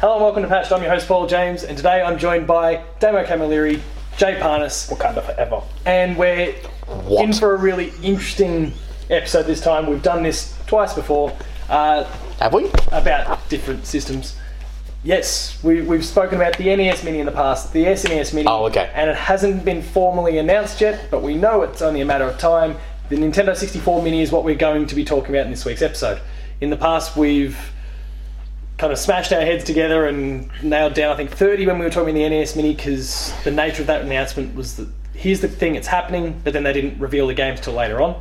Hello and welcome to Patched. I'm your host Paul James, and today I'm joined by Damo Camilleri, Jay Parnas, Wakanda forever. and we're in for a really interesting episode this time. We've done this twice before uh, Have we? about different systems. Yes, we, we've spoken about the NES Mini in the past, the SNES Mini, Oh, okay. and it hasn't been formally announced yet, but we know it's only a matter of time. The Nintendo 64 Mini is what we're going to be talking about in this week's episode. In the past, we've kind of smashed our heads together and nailed down, I think, 30 when we were talking about the NES Mini, because the nature of that announcement was that here's the thing, it's happening, but then they didn't reveal the games till later on.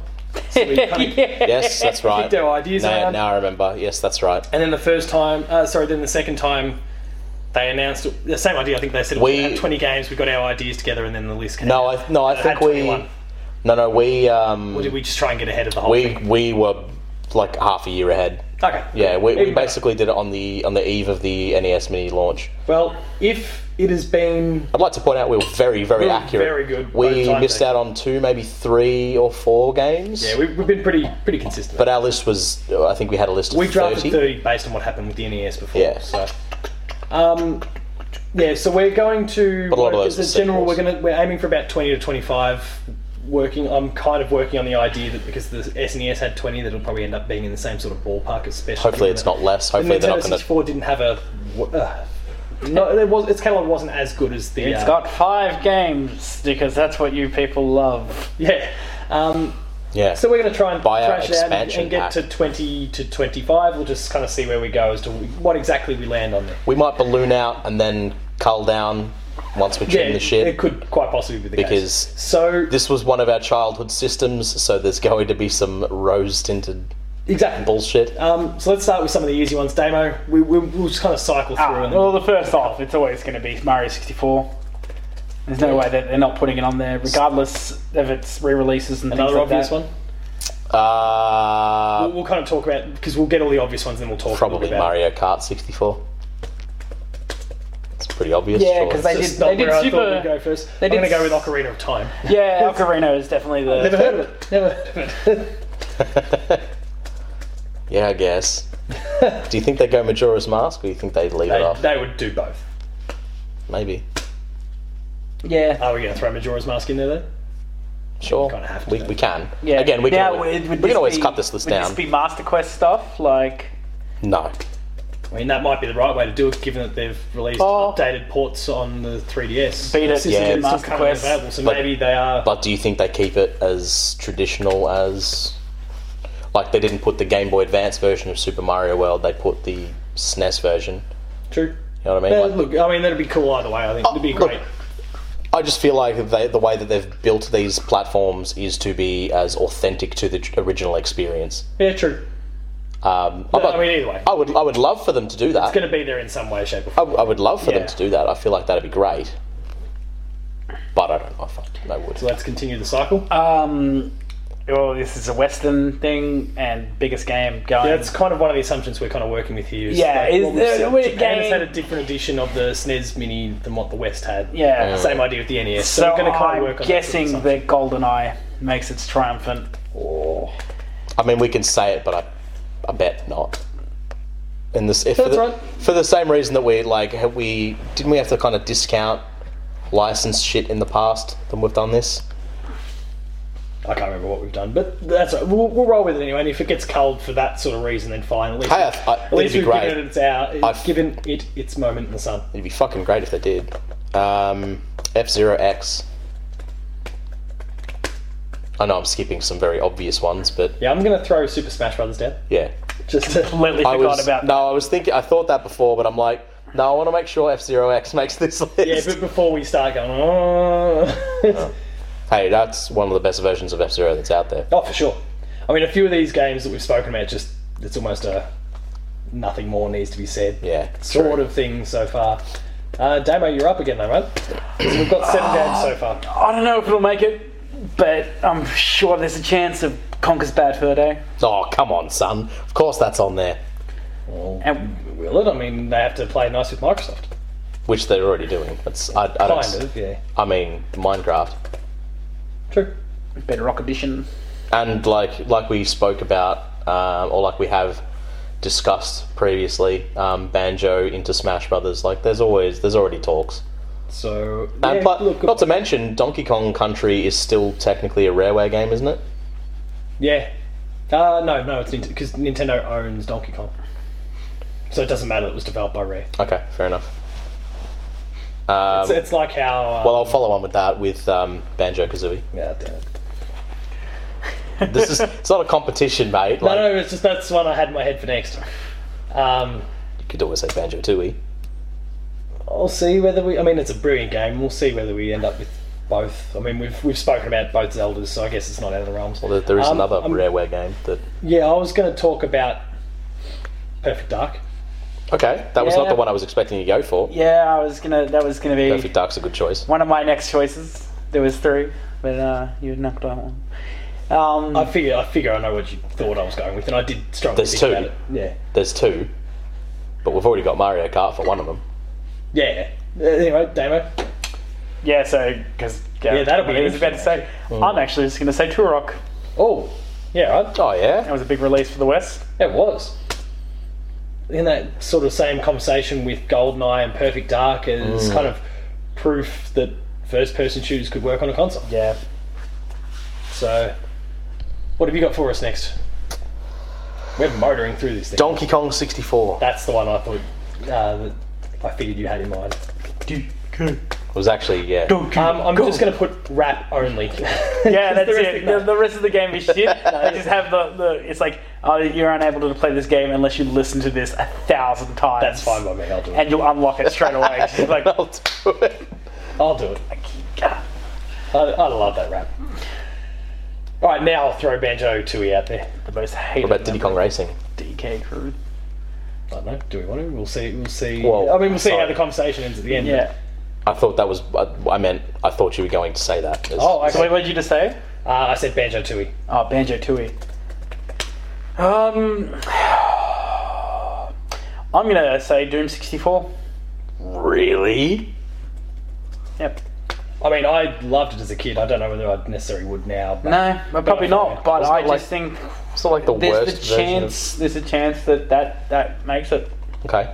So we kind of Yes, that's right. our ideas now, around. now I remember. Yes, that's right. And then the first time, uh, sorry, then the second time, they announced it- the same idea. I think they said we We- had 20 games. We got our ideas together, and then the list came. No, out. I no, I It think had we 21. no no we um Or did we just try and get ahead of the whole we thing? we were like half a year ahead. Okay. Yeah, we, we Even better. basically did it on the on the eve of the NES Mini launch. Well, if it has been I'd like to point out we were very We very were accurate. very good by the We time missed they- out on two, maybe three or four games. yeah, we, we've been pretty pretty consistent. but our list was I think we had a list of we drafted 30. 30. based on what happened with the NES before. Yeah. So, um, yeah. So we're going to. But a lot of work- those as were a general, we're sequels. gonna we're aiming for about 20 to 25. Working, I'm kind of working on the idea that because the SNES had 20, that'll probably end up being in the same sort of ballpark, especially. Hopefully given it's that- not less. The Hopefully they're Nintendo not going to 64 didn't have a. Uh, no, it was, its catalog wasn't as good as the. It's uh, got five games because that's what you people love. Yeah. Um, yeah. so we're going to try and Buy our trash it out and, expansion and get to pack. 20 to 25. We'll just kind of see where we go as to what exactly we land on there. we might balloon out and then cull down once we trim the shit. it could quite possibly be the Because case. So This was one of our childhood systems, so there's going to be some rose tinted exactly. bullshit. Uh, Um, so let's start with some of the easy ones. Demo. We, we, we'll just kind of cycle through. Ah, and well, the first off, it's always going to be Mario 64. There's no way that they're not putting it on there, regardless of its re-releases and another things like obvious that. one. Uh, We'll kind of talk about because we'll get all the obvious ones, and then we'll talk. a little probably bit about it. Mario Kart 64. It's pretty obvious. Yeah, surely. 'cause they Just did- not they did where I super- thought we'd go first. they I'm going to did go with s- Ocarina of Time. Yeah, Ocarina is definitely the. Never heard of it. Never heard of it. yeah, I guess. do you think they go Majora's Mask, or do you think they leave it They, off? they would do both. Maybe. Yeah, Are we going to throw Majora's Mask in there though? Sure. Kinda have to We, do. we can. yeah. Again, we can Now, always, would we can always be- cut this list would down. This be Master Quest stuff, like No. I mean, that might be the right way to do it, given that they've released Oh. updated ports on the 3DS. Beat it, System yeah, that's Master currently Quest. available, so But- maybe they are. But do you think they keep it as traditional as. Like, they didn't put the Game Boy Advance version of Super Mario World, they put the SNES version. true. You know what I mean? Yeah, Like- look, I mean, that'd be cool either way. I think it'd be Oh, look. great. I just feel like they, the way that they've built these platforms is to be as authentic to the tr- original experience. Yeah, true. Um, No, I mean, either way, I would, I would love for them to do that. it's going to be there in some way, shape, or I, form. w- I would love for Yeah. them to do that. I feel like that'd be great. But I don't know if I, they would. So let's continue the cycle. um, well, this is a Western thing and biggest game going. That's kind of one of the assumptions we're kind of working with here. Is Yeah, like is what we've there- seen. we're Japan has getting- had a different edition of the SNES Mini than what the West had. yeah. Same idea with the NES. So, So we're going to kind I'm of work on guessing that. sort of that GoldenEye makes its triumphant. Oh. I mean, we can say it, but I, I bet not. And this, if for, That's the, right. for the same reason that we like, have we didn't we have to kind of discount licensed shit in the past than we've done this. assumption. I can't remember what we've done, but that's all right. we'll, we'll roll with it anyway. And if it gets culled for that sort of reason, then fine. At least, Hey, I, I, at least it'd be we've great. given it its hour, I've- given it its moment in the sun. It'd be fucking great if they did. Um, F Zero X. I know I'm skipping some very obvious ones, but Yeah, I'm going to throw Super Smash Brothers down. yeah. Just to, Completely I forgot was, about no, I was thinking. I thought that before, but I'm like, no, I want to make sure F Zero X makes this list. yeah, but before we start going, oh, Uh, hey, that's one of the best versions of F Zero that's out there. oh, for sure. I mean, a few of these games that we've spoken about, just it's almost a nothing more needs to be said. Yeah, sort of thing so far. Uh, Damo, you're up again though, mate. So we've got seven games so far. I don't know if it'll make it, but I'm sure there's a chance of Conker's Bad Fur Day. Oh, come on, son. Of course that's on there, And Will it? I mean, they have to play nice with Microsoft. which they're already doing. That's I, I don't. Kind of, yeah. I mean, Minecraft. True. Better Rock Edition. and like like we spoke about um, or like we have discussed previously, um, Banjo into Smash Brothers. Like there's always there's already talks. So, And yeah, Uh, but look, not to mention, Donkey Kong Country is still technically a Rareware game, isn't it? yeah. Uh, no, no, it's because Nintendo owns Donkey Kong. So it doesn't matter, it was developed by Rare. Okay, fair enough. Um, It's, it's like how. Uh, well, I'll follow on with that with um, Banjo Kazooie. yeah, damn it. This is it's not a competition, mate. No, Like, no, it's just that's the one I had in my head for next. Um, You could always say Banjo Tooie. I'll see whether we. I mean, it's a brilliant game. We'll see whether we end up with both. I mean, we've we've spoken about both Zeldas, so I guess it's not out of the realms. Well, there, there is Um, another I'm- Rareware game that. Yeah, I was going to talk about Perfect Dark. Okay, that was not Yeah. the one I was expecting you to go for. Yeah, I was gonna. That was gonna be Perfect Dark's a good choice. one of my next choices. There was three, but uh, you knocked out one. Um, I figure I figure I know what you thought I was going with, and I did strongly There's think two. about it. Yeah, There's two, but we've already got Mario Kart for one of them. yeah. yeah. Anyway, demo. yeah, so because Yeah, that'll be I was about to say. I'm actually just gonna say Turok. Oh, yeah, right. Oh That yeah, was a big release for the West. It was. In that sort of same conversation with Goldeneye and Perfect Dark Mm. is kind of proof that first person shooters could work on a console. Yeah. So, what have you got for us next? We're motoring through this thing. Donkey Kong 64 It That's the one I thought uh, that I figured you had in mind. was actually yeah. Um, I'm just going to put rap only. Yeah, that's rest it. of the- The, the rest of the game is shit. they just have the, the. It's like, oh, you're unable to play this game unless you listen to this a thousand times. That's fine by me. I'll do it. And you'll unlock it straight away. It's just like, I'll do it. I'll do it. "God." I, I love that rap. All right, now I'll throw Banjo Tooie out there. the most hated. What about Diddy member Kong Racing? of DK crew. I don't know. Do we want to? We'll see. We'll see. Well, I mean, we'll see how sorry. the conversation ends at the end. Yeah. I thought that was. I, I meant. I thought you were going to say that. It's- Oh, So okay. wait, what did you just say? Uh, I said Banjo Tooie. Oh, Banjo Tooie. Um, I'm gonna say Doom 64. really? Yep. I mean, I loved it as a kid. I don't know whether I necessarily would now. But No, well, probably not. But Wasn't I it like just think It's not like the there's worst the version of- chance. There's a chance that that that makes it. Okay.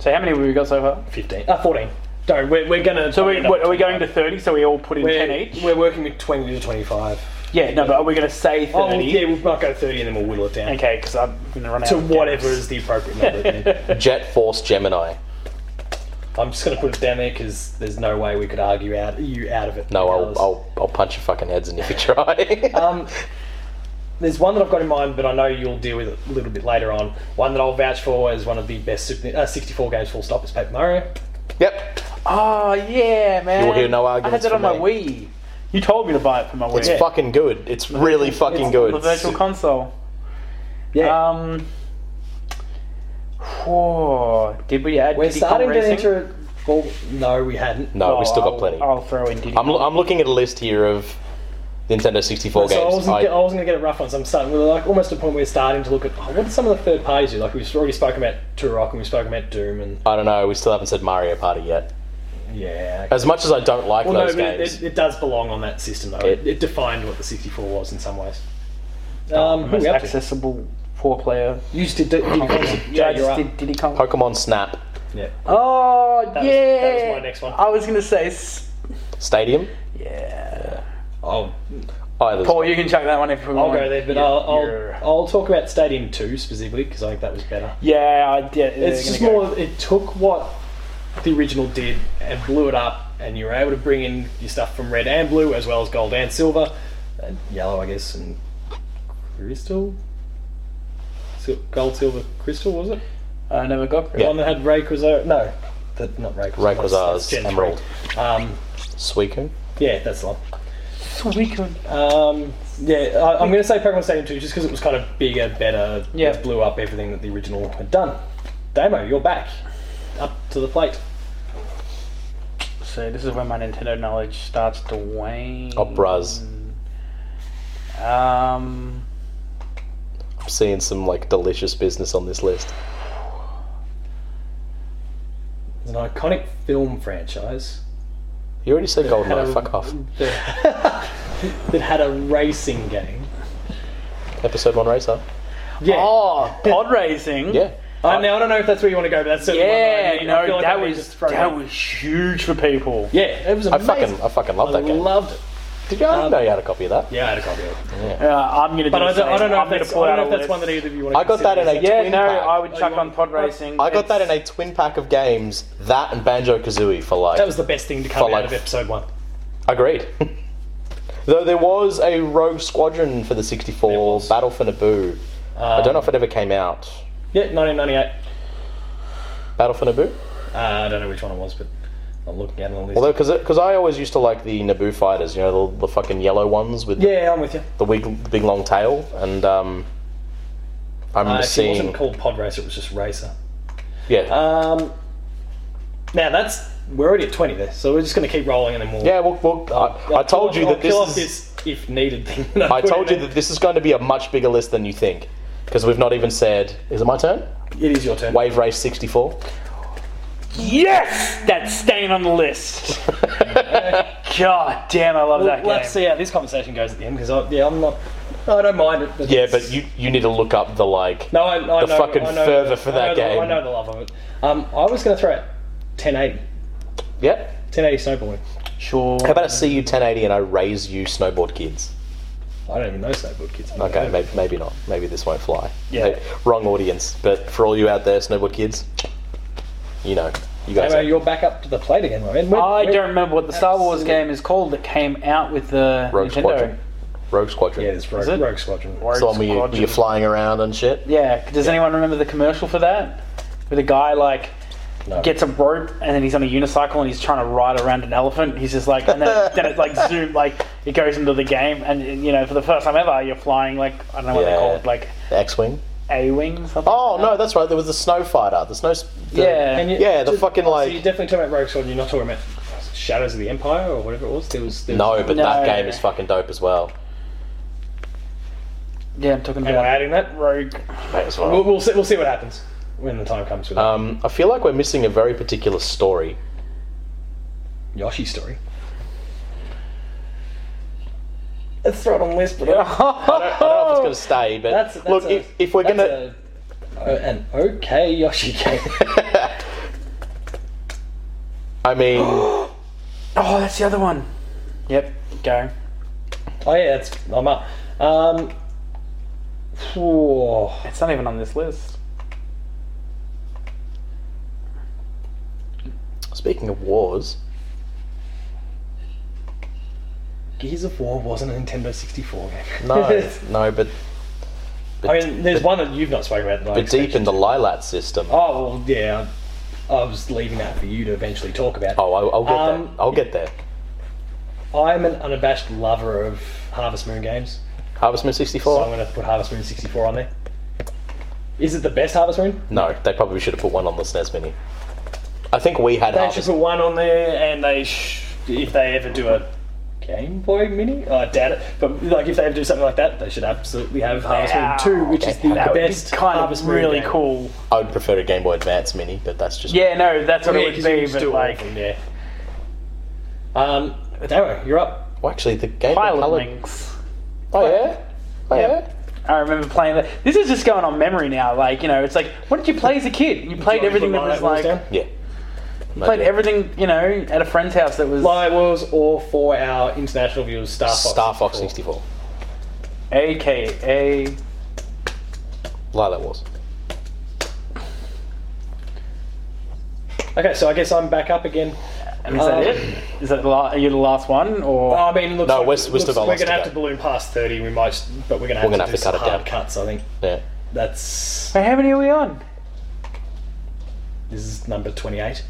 So how many have we got so far? 15. Uh, 14. Don't. We're, we're going to. So we, what, are we going to 30? So we all put in We're, 10 each. we're working with 20 to 25. Yeah. No, but are we gonna say 30? Oh, well, yeah, we'll not go 30 and then we'll whittle it down Okay, because I'm gonna run out. to of whatever games. is the appropriate number. at the end. Jet Force Gemini. I'm just going to put it down there because there's no way we could argue out you out of it. No, regardless. I'll, I'll I'll punch your fucking heads in if you try. Um, there's one that I've got in mind, but I know you'll deal with it a little bit later on. One that I'll vouch for as one of the best Super, uh, 64 games, full stop, is Paper Mario. yep. Oh yeah, man. will hear no I had arguments that on from my me. Wii. You told me to buy it for my Wii. It's fucking good. It's really fucking good. The virtual console. Yeah. Um. whoa, Did we add? We're Diddy Kong starting to Racing? enter. a- Well, no, we hadn't. no, Oh, we still I'll- got plenty. I'll throw in Diddy. I'm, Kong. lo- I'm looking at a list here of Nintendo 64 So I games. wasn't, I- I, I wasn't going to get a rough ones. I'm starting. We were like almost to the point where we're starting to look at oh, what are some of the third parties do. Like we've already spoken about Turok and we've spoken about Doom and I don't know. We still haven't said Mario Party yet. yeah. As much as I don't like well, no, those but it, games, it, it does belong on that system though. It, It- it defined what the 64 was in some ways. Um, who are most we up to? accessible four player. You just did. did, did yeah, I you're just right. did Diddy Kong. Pokemon Snap Yeah. Oh was- yeah. that was my next one. I was gonna say. s- Stadium. Yeah. Oh, Oh, there's- Paul, you can chuck that one if we I'll want. go there, but Yeah, I'll, I'll, you're- I'll talk about Stadium 2 specifically because I think that was better. Yeah, I did. It's just more, it took what the original did and blew it up, and you were able to bring in your stuff from red and blue as well as gold and silver, and yellow, I guess, and crystal? Sil- gold, silver, crystal, was it? I never got. The Yeah. one that had Rayquaza. No, that, not Rayquaza. that's- that's Rayquaza's Gen three. Emerald. Um, Suicune. yeah, that's the one. Suicune. Um, yeah, I, I'm going to say Pokemon Stadium 2 just because it was kind of bigger, better, Yeah. it blew up everything that the original had done. Damo, you're back. Up to the plate. So this is where my Nintendo knowledge starts to wane. Oh, bruz. Um. I'm seeing some like delicious business on this list. It's an iconic film franchise You already said had Goldeneye. a- Fuck off. that, that had a racing game. Episode one racer. Yeah. Oh, pod racing. Yeah. I, now, I don't know if that's where you want to go, but that's certainly one that I Yeah, mean. I no, feel like that I need to was throw that it. was huge for people. Yeah, it was I amazing. fucking, I fucking love that game. loved it. Did you? I didn't know you had a copy of that. Yeah, I had a copy of it. Uh, I'm gonna do. But I the don't, I same. don't know I'm if gonna that's, I pull don't out know a if that's list. one that either of you want to I got that in a Yeah, twin no, pack. I would Oh, chuck you on want- pod racing. I got that in a twin pack of games, that and Banjo Kazooie for like. That was the best thing to come For out like- of episode one. Agreed. Though there was a Rogue Squadron for the 64, Battle for Naboo. I don't know if it ever came out. Yeah, 1998. Battle for Naboo? Uh, I don't know which one it was, but I'm looking at it on the list. Although, because I always used to like the Naboo fighters, you know, the, the fucking yellow ones with yeah, I'm with you. the big, big long tail. And um, I Uh, remember actually, it seeing. wasn't called Pod Racer, it was just Racer. yeah. Um, now that's we're already at 20 there, so we're just going to keep rolling and then we'll. yeah, well, well I, I I'll told kill you off- that I'll kill off this is. this if needed thing. that I put told you in that this is going to be a much bigger list than you think. Because we've not even said. Is it my turn? there. it is your turn. Wave Race 64. Yes, that's staying on the list. God damn, I love Well, that game. let's see how this conversation goes at the end because I, yeah, I'm not. I don't mind it. Yeah, it's- but you, you need to look up the like. No, I, I know. the fucking I know, fervor for I know the- that game. I know the love of it. Um, I was going to throw it 1080. Yep. 1080 snowboarding. Sure. How about I see you 1080 and I raise you snowboard kids? I don't even know snowboard kids. Okay, maybe, maybe not. Maybe this won't fly. Yeah. Maybe- wrong audience. But for all you out there, snowboard kids, you know, you guys. Anyway, are- you're back up to the plate again, my man. When- I when- don't remember what the Star Wars game is called that came out with the Rogue Nintendo. Squadron. Rogue Squadron. Yeah, it's Rogue, Is it? Rogue Squadron. Rogue It's the one where you, where Squadron. you're flying around and shit. Yeah. Does anyone remember the commercial for that? With a guy like No. gets a rope and then he's on a unicycle and he's trying to ride around an elephant. He's just like, and then, then it like zoom, like it goes into the game, and you know, for the first time ever, you're flying like I don't know what they Yeah. call it, like The X-wing. a wing. something? Oh no, that's right. There was the snow fighter. The snow. The, yeah. And you- Yeah, the just- fucking so like. you're definitely talking about Rogue Squadron. You're not talking about Shadows of the Empire or whatever it was. There was, there was no, but No. that game is fucking dope as well. yeah, I'm talking Am I about adding that? Rogue. May as well. We'll, we'll see. We'll see what happens when the time comes with it. Um, I feel like we're missing a very particular story. Yoshi story. Let's throw it on the list, but I don't know if it's going to stay, but That's, that's look, a- if, if we're that's going to. a- a- an okay Yoshi game. I mean, Oh, that's the other one. Yep. Go. oh yeah, that's I'm up. Um, whoa. It's not even on this list. speaking of wars, Gears of War wasn't a Nintendo 64 game. no, no, but I mean, there's one that you've not spoken about. That I but deep expected in the Lilat system. Oh, Oh well, yeah. I I was leaving that for you to eventually talk about. Oh, I'll, I'll get Um, there. I'll get there. Oh. I'm an unabashed lover of Harvest Moon games, Harvest Moon Oh. so I'm 64? going to put Harvest Moon 64 on there. Is it the best Harvest Moon? No, they probably should have put one on the SNES Mini. I think we had They should Harvest put one on there, and they sh- if they ever do a Game Boy Mini, I doubt it. But like if they ever do something like that, they should absolutely have Harvest Wow. Moon 2, which is the That That would be best kind Harvest of Moon really game. cool. I would prefer a Game Boy Advance Mini, but that's just. Yeah, no, that's what Yeah, it 'cause would you be, can but do like anything, yeah. Um, but anyway, you're up. Well, actually, the Game Boy pilot Color. wings. Oh, yeah? Oh, yeah? I remember playing that. This is just going on memory now. Like you know, it's like what did you play as a kid? You played everything that was like you Yeah. played everything you know at a friend's house that was Live Wars or for our international viewers, Star Fox. Star Fox 64. AKA Lilat Wars. Okay, so I guess I'm back up again. And is that Um, it? Is that the la- are you the last one or? Uh, I mean, looks No, like- we're- we're looks still got like we're lots gonna to have go. to balloon past thirty. We might, but we're gonna have We're gonna to have do to some cut it hard down. cuts. I think Yeah. that's Wait, how many are we on? this is number twenty-eight.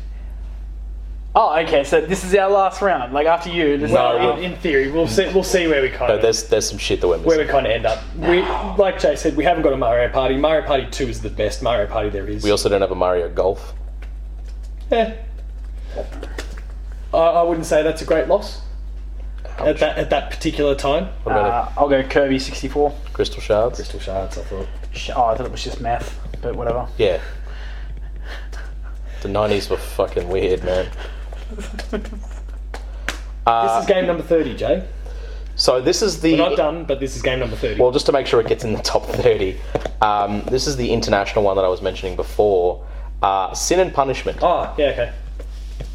Oh, okay. So this is our last round. Like after you, this Well, is our- in, in theory, we'll see. We'll see where we kind No, of there's, there's some shit that we're where we missing. kind of end up. We, like Jay said, we haven't got a Mario Party. Mario Party Two is the best Mario Party there is. We also don't have a Mario Golf. Eh. I, I wouldn't say that's a great loss at that at that particular time. What about uh, I'll go Kirby sixty four. it? Crystal Shards? Ah. Crystal shards, I thought. Oh, I thought it was just math, but whatever. Yeah. The 90s were fucking weird, man. Uh, This is game number thirty, Jay. So this is the We're not done, but this is game number 30. Well, just to make sure it gets in the top 30, um, this is the international one that I was mentioning before uh, Sin and Punishment. oh, yeah, okay.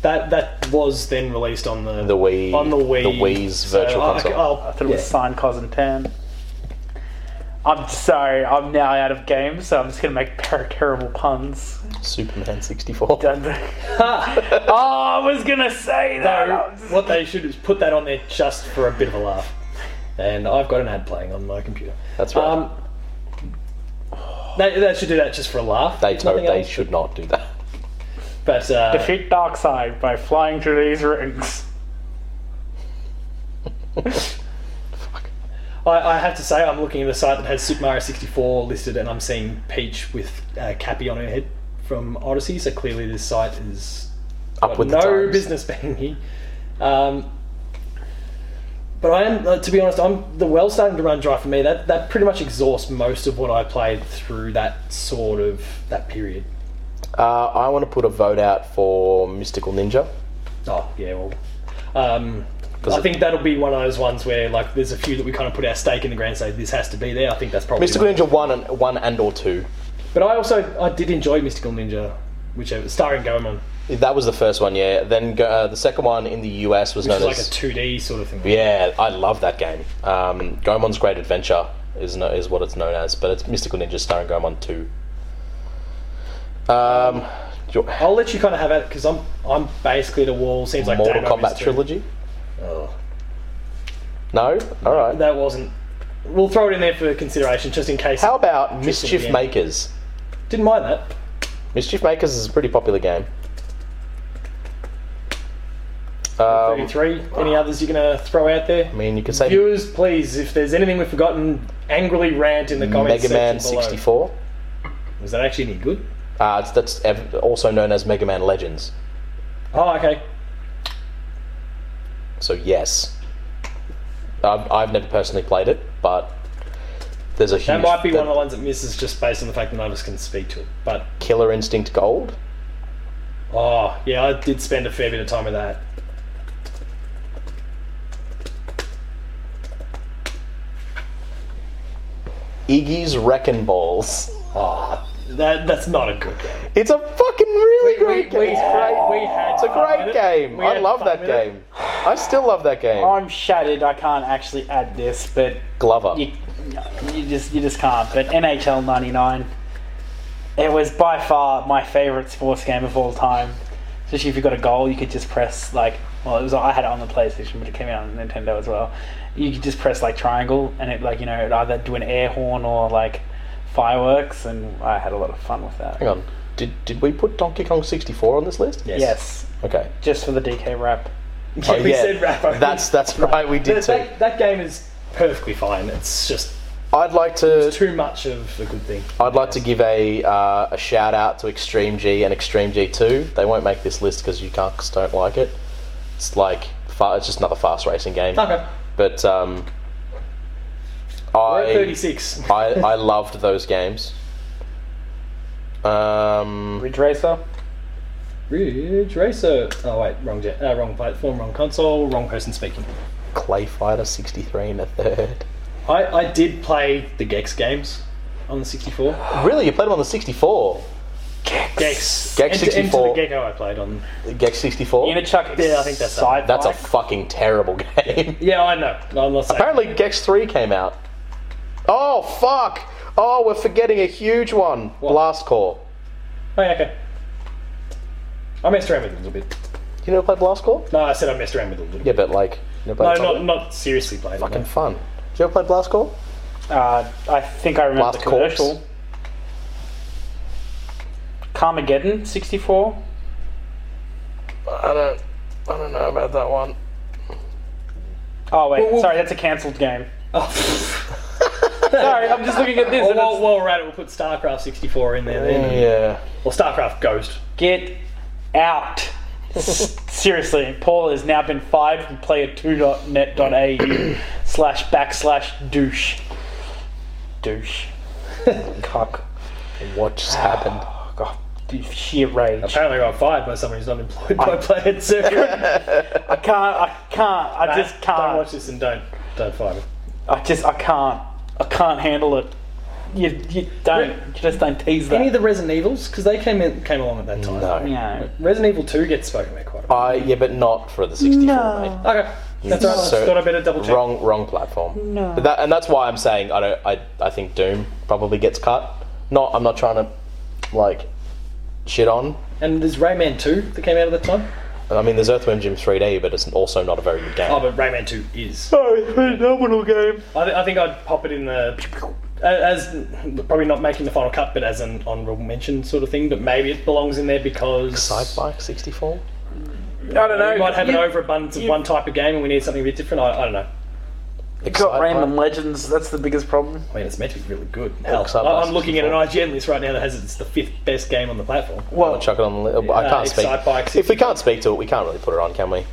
That that was then released on the, The Wii, on the Wii. Oh, the Wii's So, uh, virtual I- console. I'll- I thought it was yeah. signed Cousin Tan. I'm sorry, I'm now out of game, so I'm just gonna make ter- terrible puns. oh. Superman 64. Dun- oh, I was gonna say that. I was- So, what they should is put that on there just for a bit of a laugh. And I've got an ad playing on my computer. That's right. Um, they, they should do that just for a laugh. they if don't- nothing they else. should not do that. But uh, Defeat Darkseid by flying through these rings. I, I have to say, I'm looking at a site that has Super Mario 64 listed, and I'm seeing Peach with uh, Cappy on her head from Odyssey. So clearly, this site is Up with no the times. business being here. Um, but I am, uh, to be honest, I'm the well starting to run dry for me. That that pretty much exhausts most of what I played through that sort of that period. Uh, I want to put a vote out for Mystical Ninja. Oh yeah, well, um, Does I it- think that'll be one of those ones where like there's a few that we kind of put our stake in the ground, and say this has to be there. I think that's probably Mystical one. Ninja 1 and, 1 and or 2. But I also I did enjoy Mystical Ninja, whichever starring Goemon, That was the first one, yeah. Then go, uh, the second one in the US was which known is like a as. 2D sort of thing. yeah, I love that game. Um, Goemon's Great Adventure is no, is what it's known as, but it's Mystical Ninja starring Goemon 2. Um, do you- I'll let you kind of have it because I'm I'm basically the wall. Seems like Mortal Dano Kombat is too. trilogy? Oh. No? Alright. That wasn't. We'll throw it in there for consideration, just in case. How about Mischief yeah. Makers? Didn't mind that. Mischief Makers is a pretty popular game. Um, Thirty-three. Any others you're gonna throw out there? I mean, you could say Viewers, please, if there's anything we've forgotten, angrily rant in the comments Mega Man section below. 64. Was that actually any good? Uh, it's- that's ev- also known as Mega Man Legends. Oh, okay. So yes, I've, I've never personally played it, but there's a huge That might be the one of the ones that misses just based on the fact that none of us can speak to it. But Killer Instinct Gold. oh, yeah, I did spend a fair bit of time with that. Iggy's Wrecking Balls. Oh, that that's not a good game. It's a fucking really We- great we- we- game. It's we had a fun great with it. game. We I had love fun that with it. game. I still love that game. I'm shattered. I can't actually add this, but Glover. you, you just you just can't. But NHL '99, it was by far my favorite sports game of all time. Especially if you got a goal, you could just press like well, it was I had it on the PlayStation, but it came out on Nintendo as well. You could just press like triangle, and it like you know it either do an air horn or like fireworks, and I had a lot of fun with that. Hang on. Did, did we put Donkey Kong 64 on this list? Yes. Yes, Okay. Oh, just for the DK wrap. Yeah, we said wrap up. That's that's right. We that, did too. that, that game is perfectly fine. It's just I'd like to too much of a good thing. I'd like to give a uh, a shout out to Extreme G and Extreme G Two. They won't make this list because you can't don't like it. It's like fa- it's just another fast racing game. Okay. But um, We're at I, 36. I I loved those games. Um, Ridge Racer. Ridge Racer. Oh wait, wrong jet, uh, wrong platform, wrong console, wrong person speaking. Clay Fighter sixty three and a third. I, I did play the Gex games on the 64. Really, you played them on the sixty four. Gex. Gex Enter- Enter 64. the Gecko I played on. Gex sixty four. Unichuck. Yeah, I think that's that one. Sidebike. That's a fucking terrible game. Yeah, I know. I'm not saying. Apparently, Gex 3 came out. Oh, fuck! Oh, we're forgetting a huge one. Blast Core. Oh, yeah, okay. I messed around with it a little bit. You never played Blast Core? No, I said I messed around with it a little Yeah, bit. but like, you never No, played not, not seriously played. Fucking fucking fun. Did you ever play Blast Core? Uh, I think I remember Blast the Corps. commercial. Carmageddon '64. I don't. I don't know about that one. Oh wait, well- sorry, that's a cancelled game. oh, Sorry, I'm just looking at this. well, and while, it's, while we're at it, we'll put StarCraft 64 in there then. Yeah. Or StarCraft Ghost. get out. S- Seriously, Paul has now been fired from player2.net.au slash backslash douche. Douche. Cock. What just happened? Oh, God. the Sheer rage. Apparently, I got fired by someone who's not employed by Player 2. I can't. I can't. I just can't. Don't watch this and don't. Don't fire me. I just I can't I can't handle it. You, you don't Re- you just don't tease that. Any of the Resident Evils because they came in came along at that time. No. no. Resident Evil Two gets spoken about quite a bit. I yeah, but not for the 64, No. mate. Okay, that's all right. So- Just thought I better double check. Wrong, wrong platform. No. But that, and that's why I'm saying I don't. I, I think Doom probably gets cut. Not. I'm not trying to, like, shit on. And there's Rayman Two that came out at the time. I mean, there's Earthworm Jim 3D, but it's also not a very good game. Oh, but Rayman Two is. Oh, it's a phenomenal game. I, th- I think I'd pop it in the as probably not making the final cut, but as an honourable mention sort of thing. But maybe it belongs in there because Sidebike 64. I don't know. we might have you, an overabundance of you- one type of game, and we need something a bit different. I, I don't know. you got random legends. That's the biggest problem. I mean, it's meant to be really good. Hell, Excite I- Bike I'm looking at an 64. IGN list right now that has it. It's the fifth best game on the platform. Well, Chuck it on the li- I Yeah, can't speak. Excitebike If we can't speak to it, we can't really put it on, can we?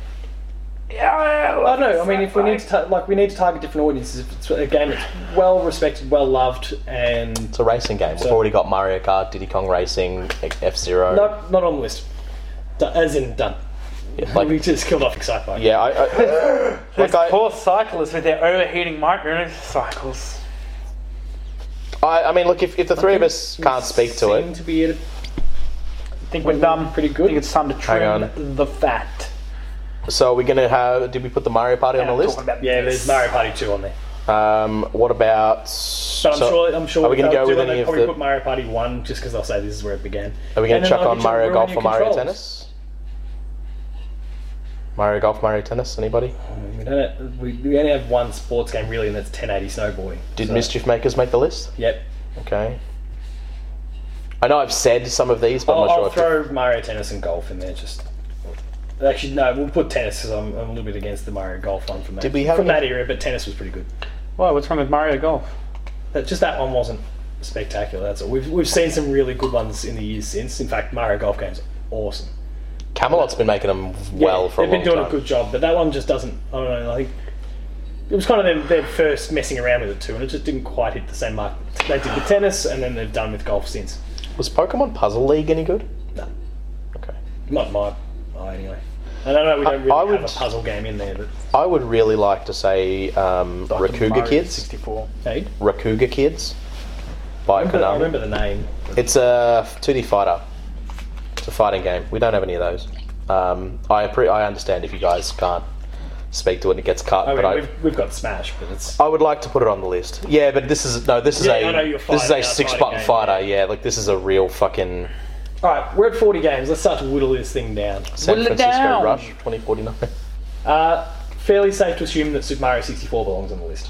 yeah, I don't know. Oh, I mean, if we need to ta- like, we need to target different audiences. If it's a game that's well respected, well loved, and It's a racing game. We've So- already got Mario Kart, Diddy Kong Racing, F Zero. not not on the list, Do- as in done. Yeah, we like, just killed off Excite Bike. yeah, I, I, like I, poor cyclists with their overheating microcycles. I, I mean, look, if, if the three of us can't speak to Seem it, to be at a I think we're done. pretty good. I think it's time to trim on. the fat. so are we gonna have? Did we put the Mario Party on the I'm list? talking about Yeah, this. there's Mario Party 2 on there. Um, what about? But But I'm sure I'm sure Are we gonna they'll go do with that. They'll any of probably the? put Mario Party 1 just because they'll say this is where it began. Are we And gonna then chuck they'll on get you Mario ruin Golf your or Mario controls. Tennis? Mario Golf, Mario Tennis. Anybody? We, don't have, we, we only have one sports game really, and that's 1080 Snowboarding. Did So- Mischief Makers make the list? Yep. Okay. I know I've said some of these, but I'll, I'm not sure. Oh, I'll if throw Mario Tennis and Golf in there. Just actually no, we'll put tennis because I'm, I'm a little bit against the Mario Golf one from that Did we have from any- that era. But tennis was pretty good. Whoa, what's wrong with Mario Golf? That, just that one wasn't spectacular. That's all. We've we've seen some really good ones in the years since. In fact, Mario Golf games are awesome. Camelot's been making them well Yeah, for a they've been long doing time. a good job, but that one just doesn't. I don't know. I think it was kind of their, their first messing around with it too, and it just didn't quite hit the same mark they did with tennis, and then they've done with golf since. Was Pokemon Puzzle League any good? No, Okay. not my eye anyway. And I know we don't really I have would- a puzzle game in there, but I would really like to say um, Rakuga Mario Kids. 64. hey, Rakuga Kids I by remember, I Konami. remember the name. It's a 2D fighter. It's a fighting game. We don't have any of those. Um, I appre I understand if you guys can't speak to it and it gets cut, I mean, but I, we've, we've got Smash, but it's I would like to put it on the list. Yeah, but this is no. This is Yeah, I know a you're this is fighting a a six fighting button game, fighter. Yeah. like this is a real fucking all right. We're at forty games. Let's start to whittle this thing down. San Whittle it Francisco down. Rush 2049. Uh, fairly safe to assume that Super Mario sixty four belongs on the list.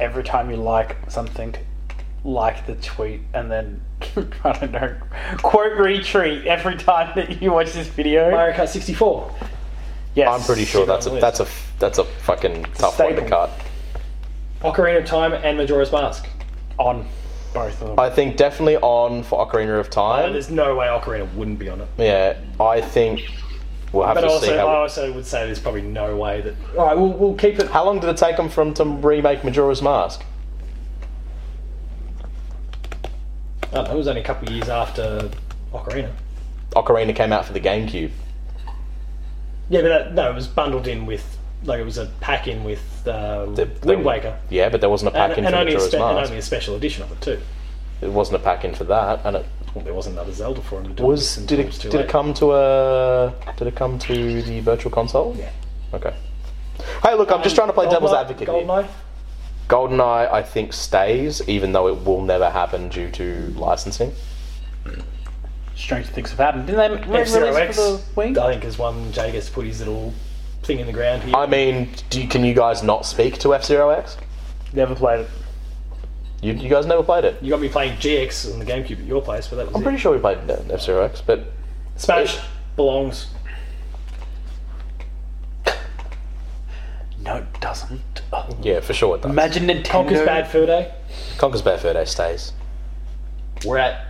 Every time you like something, like the tweet, and then I don't know, quote retweet every time that you watch this video. Mario Kart sixty four. yes, I'm pretty sure Shit on that's a the that's a that's a fucking tough one to staple. cut. Ocarina of Time and Majora's Mask. on both of them. I think definitely on for Ocarina of Uh, Time. there's no way Ocarina wouldn't be on it. Yeah, I think we'll have But to see also, uh, I how. also would say there's probably no way that. All right, we'll, we'll keep it. How long did it take them from to remake Majora's Mask? I don't know, uh, it was only a couple of years after Ocarina. Ocarina came out for the GameCube. Yeah, but that, no, it was bundled in with like it was a pack in with uh, The- Wind the- Waker, Yeah, but there wasn't a and, pack in and for only a Majora's spe- and Mask. only a special edition of it too. It wasn't a pack in for that, and it Well, there wasn't another Zelda for him to do. was. this until Did it was too did it late. come to a did it come to the Virtual Console? Yeah. Okay. Hey, look, I'm just trying to play devil's Goldeneye- advocate here. Goldeneye. GoldenEye, I think, stays, even though it will never happen due to licensing. Strange things have happened. Didn't they re- release F-Zero X. for the Wii? I think is one Jay gets to put his little thing in the ground here. I mean, do you, can you guys not speak to F Zero X? Never played it. You, you guys never played it. you got me playing GX on the GameCube at your place, but that was I'm it. pretty sure we played F Zero X, but Smash belongs. No, it doesn't. Oh. yeah, for sure it does. Imagine Nintendo. Conker's Bad Fur Day. Conker's Bad Fur Day stays. We're at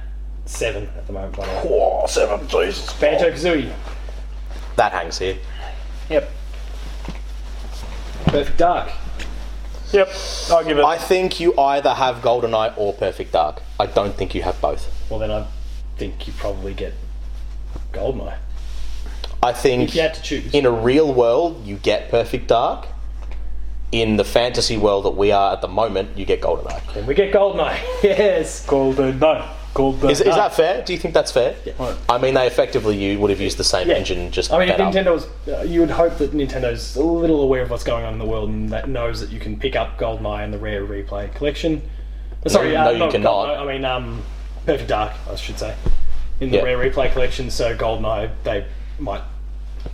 seven at the moment, by the way. Oh, seven, Jesus. Banjo Kazooie, That hangs here. Yep. Perfect Dark. Yep. I'll give it. I think you either have GoldenEye or Perfect Dark. I don't think you have both. Well, then I think you probably get Goldeneye. I think If you had to choose. in a real world, you get Perfect Dark, in the fantasy world that we are at the moment, you get Goldeneye. And we get Goldeneye. yes. Golden no. Golden. Is, is that fair? Do you think that's fair? What? I mean, they effectively you would have used the same Yeah. engine, just I mean, if better. Nintendo's, uh, you would hope that Nintendo's a little aware of what's going on in the world and that knows that you can pick up Goldeneye in the Rare Replay collection. Uh, Sorry, No, uh, no, you not cannot. Goldeneye, I mean, um, Perfect Dark, I should say, in the Yeah. Rare Replay collection. So Goldeneye, they might,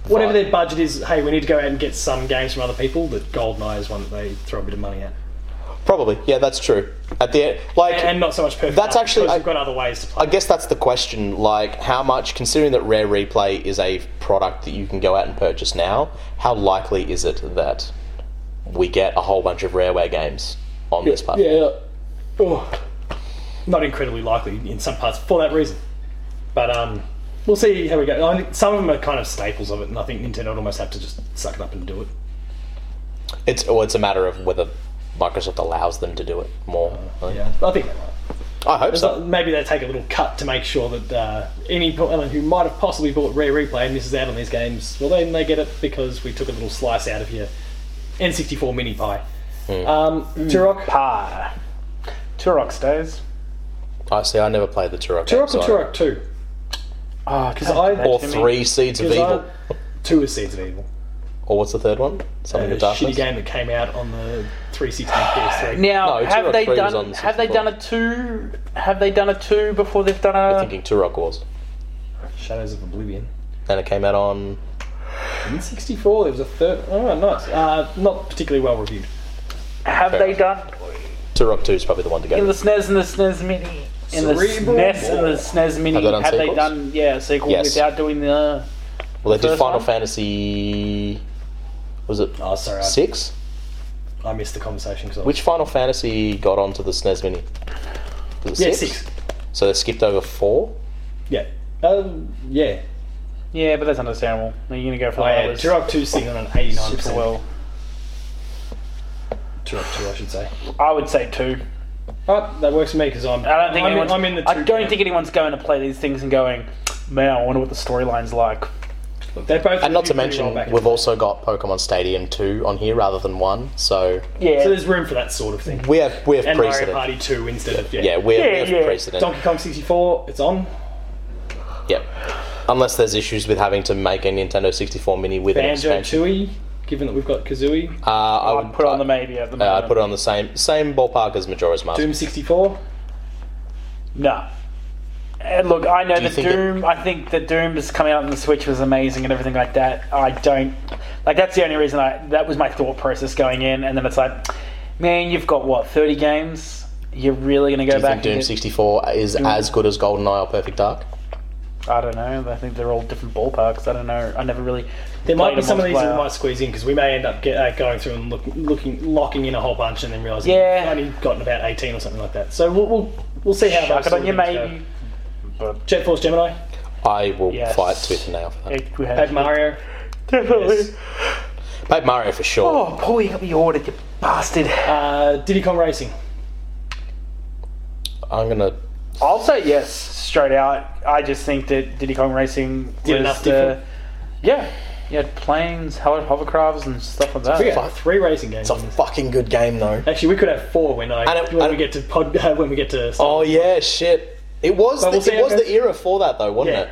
whatever their budget is. Hey, we need to go out and get some games from other people. That Goldeneye is one that they throw a bit of money at, Probably, yeah, that's true. At the end, like, and, and not so much Perfect. That's Dark, actually- because I- we've got other ways to play. I guess that's the question. Like, how much, considering that Rare Replay is a product that you can go out and purchase now, how likely is it that we get a whole bunch of Rareware games on this platform? Yeah. Oh. Not incredibly likely in some parts for that reason. But um, we'll see how we go. I think some of them are kind of staples of it, and I think Nintendo would almost have to just suck it up and do it. It's or it's a matter of whether Microsoft allows them to do it more. I think. Yeah, I think they might. I hope so. Maybe they take a little cut to make sure that uh, any anyone who might have possibly bought Rare Replay and misses out on these games, well, then they get it because we took a little slice out of your N64 mini pie. Hmm. Um, Turok, pie? Turok stays. I see. I never played the Turok. game, Turok or so I- Turok 2? Oh, because Ah, I- Or three Seeds of Evil. Two is Seeds of Evil. Or what's the third one? a Something of Uh, shitty Darkness. game that came out on the 360 PS3. Now, No, have Turok they 3 was on done? the Have they 64. done a two? Have they done a two before they've done I'm a? thinking Turok Wars, Shadows of Oblivion. and it came out on. In 64, there was a third. Oh, nice. Uh, not particularly well reviewed. Have Fair they enough. done Turok Two is probably the one to go. in the SNES and the SNES Mini? In the Cerebral SNES and War. the SNES Mini, Have they done have they sequels? done yeah a sequel Yes. without doing the? well, they did first Final one? Fantasy. Was it Oh, sorry. I, six? I missed the conversation. Cause I was- Which Final Fantasy got onto the SNES Mini? Was it Yeah, six. So they skipped over four. Yeah. Um, yeah. Yeah, but that's understandable. Are you gonna go for Oh, the yeah. others? Turok 2 sitting on an 89%. Super well. Turok 2, I should say. I would say two. Oh, that works for me because I'm, I don't think I'm, in, anyone's, I'm in the 2 I don't think anyone's going to play these things and going, man, I wonder what the storyline's like. think. They both And not to reviewed pretty well mention, back in we've the day. also got Pokemon Stadium Two on here rather than one. So Yeah. So there's room for that sort of thing. we have we have And Mario precedent. Party 2 instead of. Yeah. Yeah, we have, we Yeah, have yeah. precedent. Donkey Kong 64, it's on. Yep. Unless there's issues with having to make a Nintendo 64 mini with an Banjo expansion. Tooie, given that we've got Kazooie. Uh, I would I'd put it on the maybe at the Uh, moment. I'd put it on the same same ballpark as Majora's Mask. Doom 64. No. And look, I know you that think it- Doom. I think that Doom is coming out on the Switch was amazing and everything like that. I don't like that's the only reason I that was my thought process going in, and then it's like, man, you've got what thirty games. You're really gonna go Do you back? think and Doom get- 64 is as good as GoldenEye or Perfect Dark? I don't know. I think they're all different ballparks. I don't know. I never really. There might played be a some of these that we multiplayer. might squeeze in because we may end up get, uh, going through and look, looking, locking in a whole bunch, and then realizing Yeah. we've only gotten about eighteen or something like that. So we'll we'll, we'll see how Chuck those it on sort your of things go. maybe. But uh, Jet Force Gemini, I will Yes. fight tooth and nail uh, for that. it, we have Paper Mario. Definitely. Yes. Paper Mario for sure. Oh, Paul, you got me ordered, you bastard. Uh, Diddy Kong Racing. I'm gonna. I'll say yes straight out. I just think that Diddy Kong Racing Did was enough the different. yeah. You had planes, hel- hovercrafts, and stuff like We that. got three racing games. It's a fucking good game though. Actually, we could have four when I, I don't- when I we don't- get to pod uh, when we get to. Oh yeah, shit. It was But the, we'll see it was how it the era for that though, wasn't Yeah. it?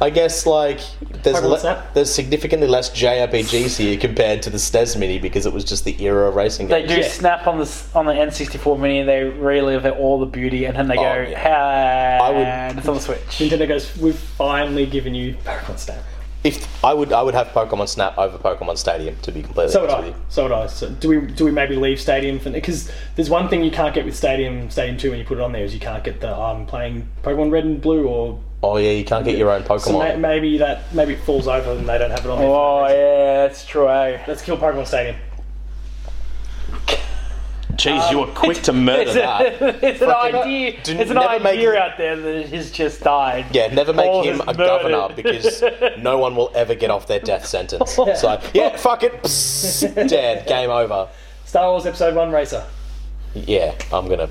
I guess like there's Pokemon le- Snap. there's significantly less JRPGs here compared to the SNES Mini because it was just the era of racing They games. do Yeah. snap on the s- on the N64 Mini. They relive it, all the beauty, and then they go, Oh, yeah. "How?" would- And it's on the Switch. Nintendo goes. We've finally given you Pokemon Snap. If I would, I would have Pokemon Snap over Pokemon Stadium to be completely So would honest I. with So would I. So do we? Do we maybe leave Stadium for? Because there's one thing you can't get with Stadium, Stadium Two, when you put it on there, is you can't get the I'm playing Pokemon Red and Blue, or you. Oh yeah, you can't get your own Pokemon. so ma- maybe that maybe it falls over and they don't have it on there. Oh yeah, that's true. eh? Let's kill Pokemon Stadium. Jeez, you were quick to murder It's, a- that. it's an idea. do It's an never make- idea out there that has just died. yeah, never make Paul him is a murdered. governor because no one will ever get off their death sentence. So yeah, fuck it, Psst, dead, game over. Star Wars Episode One Racer. Yeah, I'm gonna.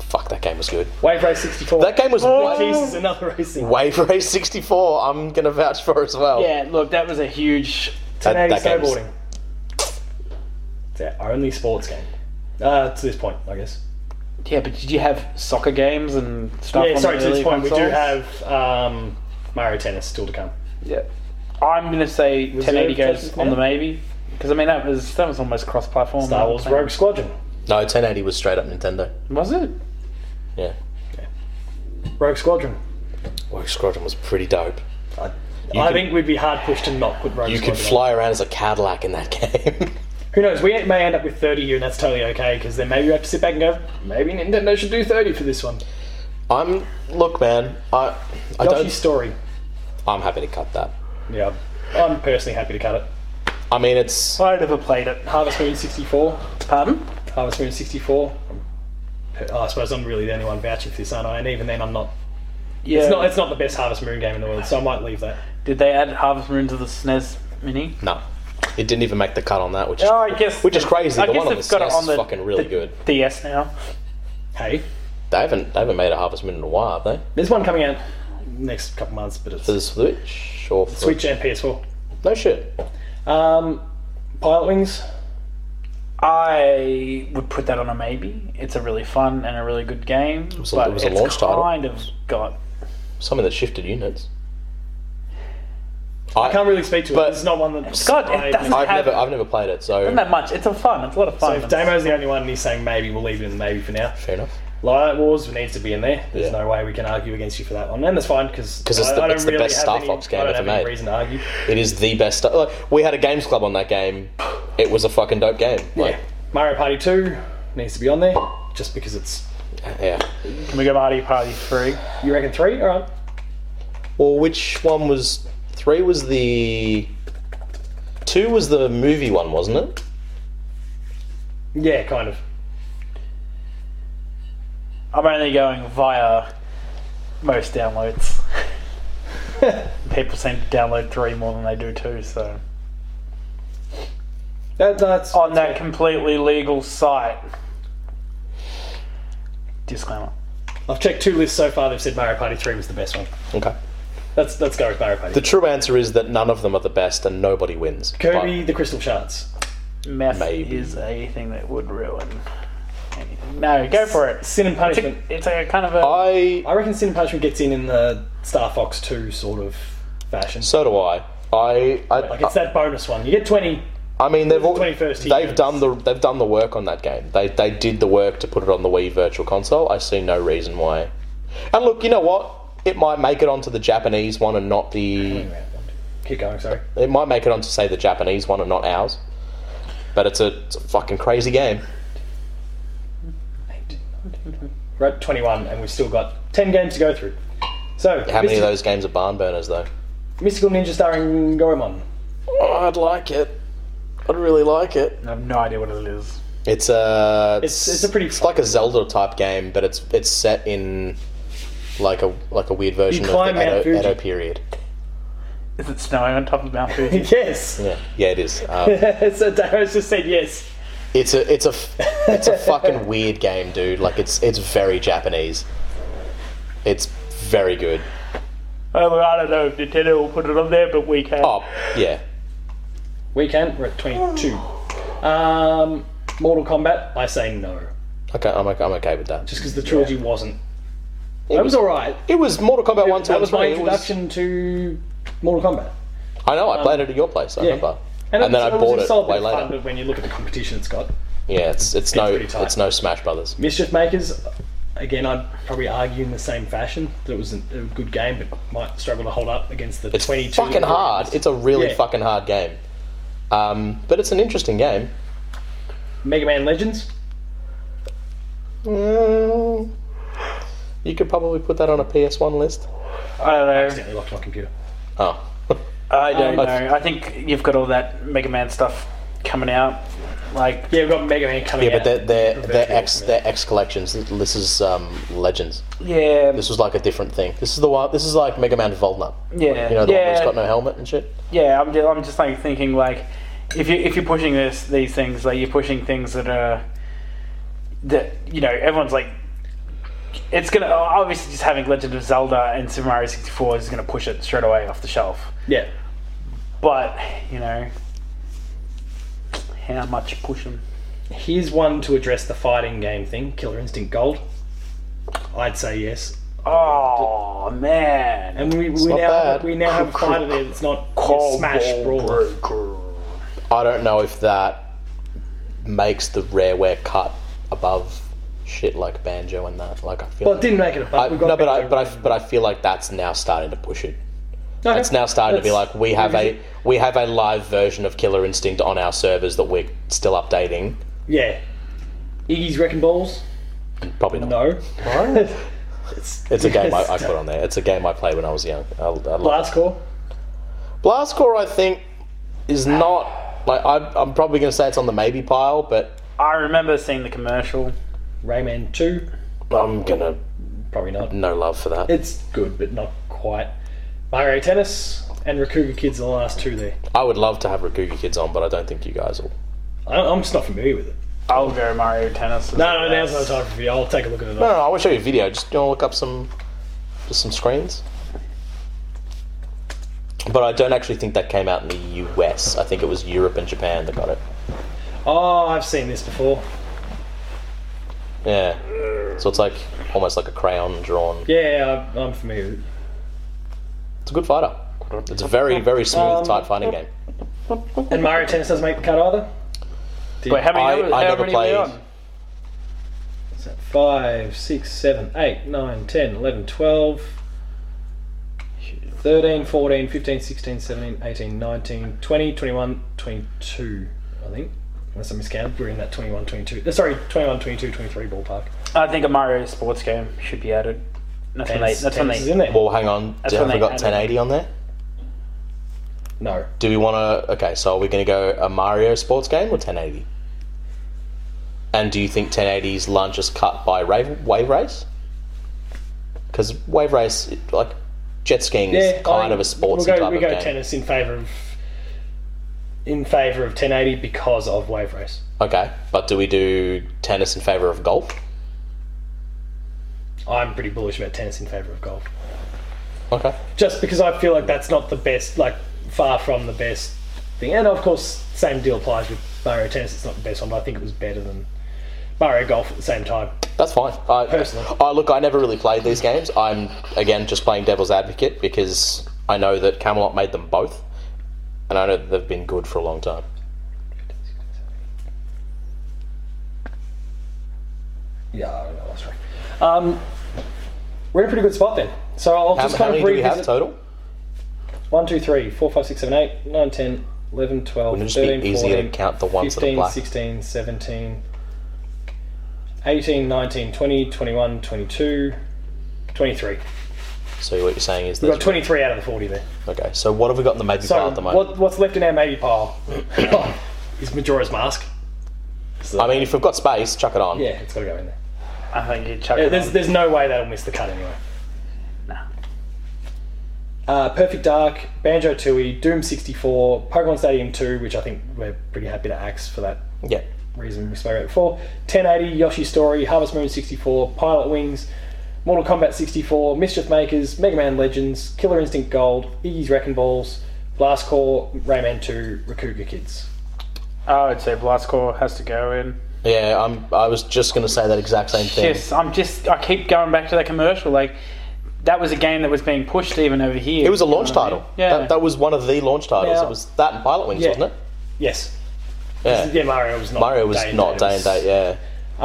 Fuck that game was good. Wave Race 64. That game was way, Jesus, another racing. Wave Race 64. I'm gonna vouch for as well. Yeah, look, that was a huge. that, 1080 that game was- snowboarding. It's our only sports game. Uh, to this point, I guess. Yeah, but did you have soccer games and stuff? Yeah, on sorry, the to this early point, we do consoles? have um, Mario Tennis still to come. Yeah. I'm gonna say 1080 Reserve goes test, on yeah. the maybe because I mean that was that was almost cross-platform. Star Wars Rogue Squadron. No, 1080 was straight up Nintendo. was it? Yeah. Rogue Squadron. Rogue Squadron was pretty dope. You I could- think we'd be hard pushed to not put Rogue You Squadron. could fly around as a Cadillac in that game. on. Who knows? We may end up with 30 here, and that's totally okay, because then maybe we have to sit back and go, maybe Nintendo should do 30 for this one. I'm look, man. I I Yoshi's don't. Story. I'm happy to cut that. Yeah. I'm personally happy to cut it. I mean, it's I never played it. Harvest Moon 64. Pardon? Hmm? Harvest Moon 64. Oh, I suppose I'm really the only one vouching for this, aren't I? And even then, I'm not. Yeah. It's not. It's not the best Harvest Moon game in the world, so I might leave that. Did they add Harvest Moon to the SNES Mini? no. It didn't even make the cut on that, which is Oh, I guess. Which is crazy, I the guess one on they've the got SNES it on the is fucking really the good. DS now. Hey, they haven't they haven't made a Harvest Moon in a while, have they? there's one coming out next couple months, but it's For the Switch or for Switch and PS4. No shit. Um, Pilot Wings. I would put that on a maybe. It's a really fun and a really good game. It was was a- a, but it was a it's launch title. kind of got. Something that shifted units. I can't really speak to But- it. It's not one that's. God, it doesn't I- I've have. never I've never played it, so not that much. It's a fun. It's a lot of so fun. if Damo's the only one and he's saying maybe, we'll leave it in the maybe for now. fair enough. Light Wars needs to be in there. There's Yeah. no way we can argue against you for that one, and that's fine because 'Cause it's the- it's the best Star Fox game I don't have ever any made. reason to argue. It is the best. stu- Like, we had a games club on that game. It was a fucking dope game. Like, Yeah, Mario Party Two needs to be on there just because it's. yeah. Can we go Mario Party 3? You reckon three? All right. Well, which one was three? Was the two was the movie one, wasn't it? Yeah, kind of. I'm only going via most downloads. People seem to download 3 more than they do 2, so. That, that's On that completely legal site. Disclaimer. I've checked two lists so far. They've said Mario Party Three was the best one. Okay. Let's let's go with Mario Party. The true answer is that none of them are the best, and nobody wins. Kirby, the Crystal Shards. Meth Maybe. is a thing that would ruin anything. No, go for it. Sin and Punishment. It's a kind of a. But I I reckon Sin and Punishment gets in in the Star Fox Two sort of fashion. so do I. I I, Like it's that bonus one. You get twenty. I mean they've all, 21st year. they've done the they've done the work on that game. They they did the work to put it on the Wii Virtual Console. I see no reason why. And look, you know what? It might make it onto the Japanese one and not the Keep going. Sorry. It might make it onto say the Japanese one and not ours. But it's a, it's a fucking crazy game. We're at twenty-one, and we've still got ten games to go through. So How many of Mystical- those games are barn burners though? Mystical Ninja starring Goemon. Oh, I'd like it. I'd really like it. I have no idea what it is. It's a It's- it's a pretty it's like a Zelda type game, but it's it's set in like a like a weird version of climb the Mount Edo, Fuji. Edo period. Is it snowing on top of Mount Fuji? Yes. Yeah, yeah, it is. Um, so Darrow's just said yes. it's a it's a f- it's a fucking weird game, dude. Like it's it's very Japanese. It's very good. Oh, well, I don't know if Nintendo will put it on there, but we can. Oh yeah, We can. We're at twenty-two. Um, Mortal Kombat. I say no, okay, I'm okay, I'm okay with that. just because the trilogy wasn't. It, was, was- alright. It was Mortal Kombat one, two, That and was my three. It was- introduction Um, to Mortal Kombat. I know. I played it at your place. I remember. And, it then was- I was a bought it solid way bit of later. Fun, but when you look at the competition, it's got Yeah, it's it's no pretty tight. it's no Smash Brothers. Mischief Makers. Again, I'd probably argue in the same fashion that it was a, a good game, but might struggle to hold up against the It's 22. fucking hard. It's a really Yeah. fucking hard game. Um, but it's an interesting game. Mega Man Legends. Mm, you could probably put that on a PS1 list. I don't know. Accidentally locked my computer. Oh, I don't Um, know. I think you've got all that Mega Man stuff coming out. Like, Yeah, we've got Mega Man coming yeah, but out. they're they're, they're Virtual X they're X collections. This is um, Legends. yeah, This was like a different thing. This is the one. This is like Mega Man Volnut. yeah, You know, the one that's yeah, got no helmet and shit. yeah. I'm just, I'm just like thinking like, if you if you're pushing this these things, like you're pushing things that are that you know everyone's like. It's gonna obviously just having Legend of Zelda and Super Mario 64 is gonna push it straight away off the shelf. Yeah. But you know, how much pushing? Here's one to address the fighting game thing Killer Instinct Gold. I'd say yes. Oh man. And we, we now not bad. we now have a fighter there that's not your Smash Brawler. I don't know if that makes the rareware cut above shit like Banjo and that. Like I feel. Well, it didn't make it a I, fight. We've got no, but I, Banjo. but I but I feel like that's now starting to push it. Okay. It's now starting to be Let's like we have a revisit- we have a live version of Killer Instinct on our servers that we're still updating. Yeah. Iggy's Wrecking Balls? Probably not. No. It's a game I, I put on there. It's a game I played when I was young. I, I love it. Blast Core? Blastcore, I think, is not like I, I'm probably going to say it's on the maybe pile, but I remember seeing the commercial. Rayman 2? I'm gonna Probably not. no love for that. It's good, but not quite. Mario Tennis and Rakuga Kids are the last two there. I would love to have Rakuga Kids on, but I don't think you guys will. I- I'm just not familiar with it. I'll go Mario Tennis. No, no, now's not the time for video. I'll take a look at it. No, no, I will show you a video. Just you know, look up some just some screens. But I don't actually think that came out in the US. I think it was Europe and Japan that got it. Oh, I've seen this before. Yeah. So it's like almost like a crayon drawn. Yeah, I- I'm familiar with it. It's a good fighter. It's a very, very smooth, Um, tight fighting game. And Mario Tennis doesn't make the cut either? Wait, how many? I- how I never many were played. you on? Is that 5, 6, 7, 8, 9, 10, 11, 12, 13, 14, 15, 16, 17, 18, 19, 20, 21, 22, I think. Unless I miscounted, we're in that 21, 22. uh, Sorry, 21, 22, 23 ballpark. I think a Mario sports game should be added. That's when they. Tennis, That's when tennis is in they. there. Well, hang on. That's Do you when have we they got added- 1080 on there? No. Do we want to? Okay, so are we going to go a Mario sports game or 1080? And do you think 1080's lunch is cut by Rave, Wave Race? Because Wave Race, like jet skiing, is Yeah, kind I- of a sports we'll go, type we of go game. tennis in favour of in favour of 1080 because of wave race. Okay, but do we do tennis in favor of golf? I'm pretty bullish about tennis in favour of golf. Okay, just because I feel like that's not the best, like far from the best thing. And of course, same deal applies with Mario Tennis. It's not the best one, but I think it was better than Mario Golf at the same time. that's fine. I, Personally. I look, I never really played these games. I'm again just playing devil's advocate because I know that Camelot made them both, and I know that they've been good for a long time. Yeah, I don't know. That's right. Um, we're in a pretty good spot then. So I'll How, just how kind many of do we have revisit. total? One, two, three, four, five, six, seven, eight, nine, ten, eleven, twelve, Wouldn't it just thirteen, be easier fourteen, to count the ones that are 15, black? 16, 17, 18, 19, 20, 21, 22, 23. So what you're saying is We've got that 23 out of the 40 there. okay. So what have we got in the maybe pile So at the moment? what, what's left in our maybe pile Oh. is Majora's Mask. I mean, if we've got space, chuck it on. Yeah, it's got to go in there. I think you chuck Yeah, it. There's, on. there's no way they'll miss the cut anyway. Nah. Uh, Perfect Dark, Banjo Tooie, Doom 64, Pokemon Stadium 2, which I think we're pretty happy to axe for that Yeah. reason we spoke about before. 1080, Yoshi Story, Harvest Moon 64, Pilot Wings, Mortal Kombat 64, Mischief Makers, Mega Man Legends, Killer Instinct Gold, Iggy's Wrecking Balls, Blast Core, Rayman 2, Rakuga Kids. I would say Blastcore has to go in. Yeah, I'm. I was just gonna say that exact same thing. Yes, I'm just. I keep going back to that commercial. Like that was a game that was being pushed even over here. It was a launch title. Yeah. That, that was one of the launch titles. Yeah. It was that and Pilot Wings, Yeah. wasn't it? Yes. Yeah. Yeah, Mario was not. Mario was day and not day and was- date. Yeah.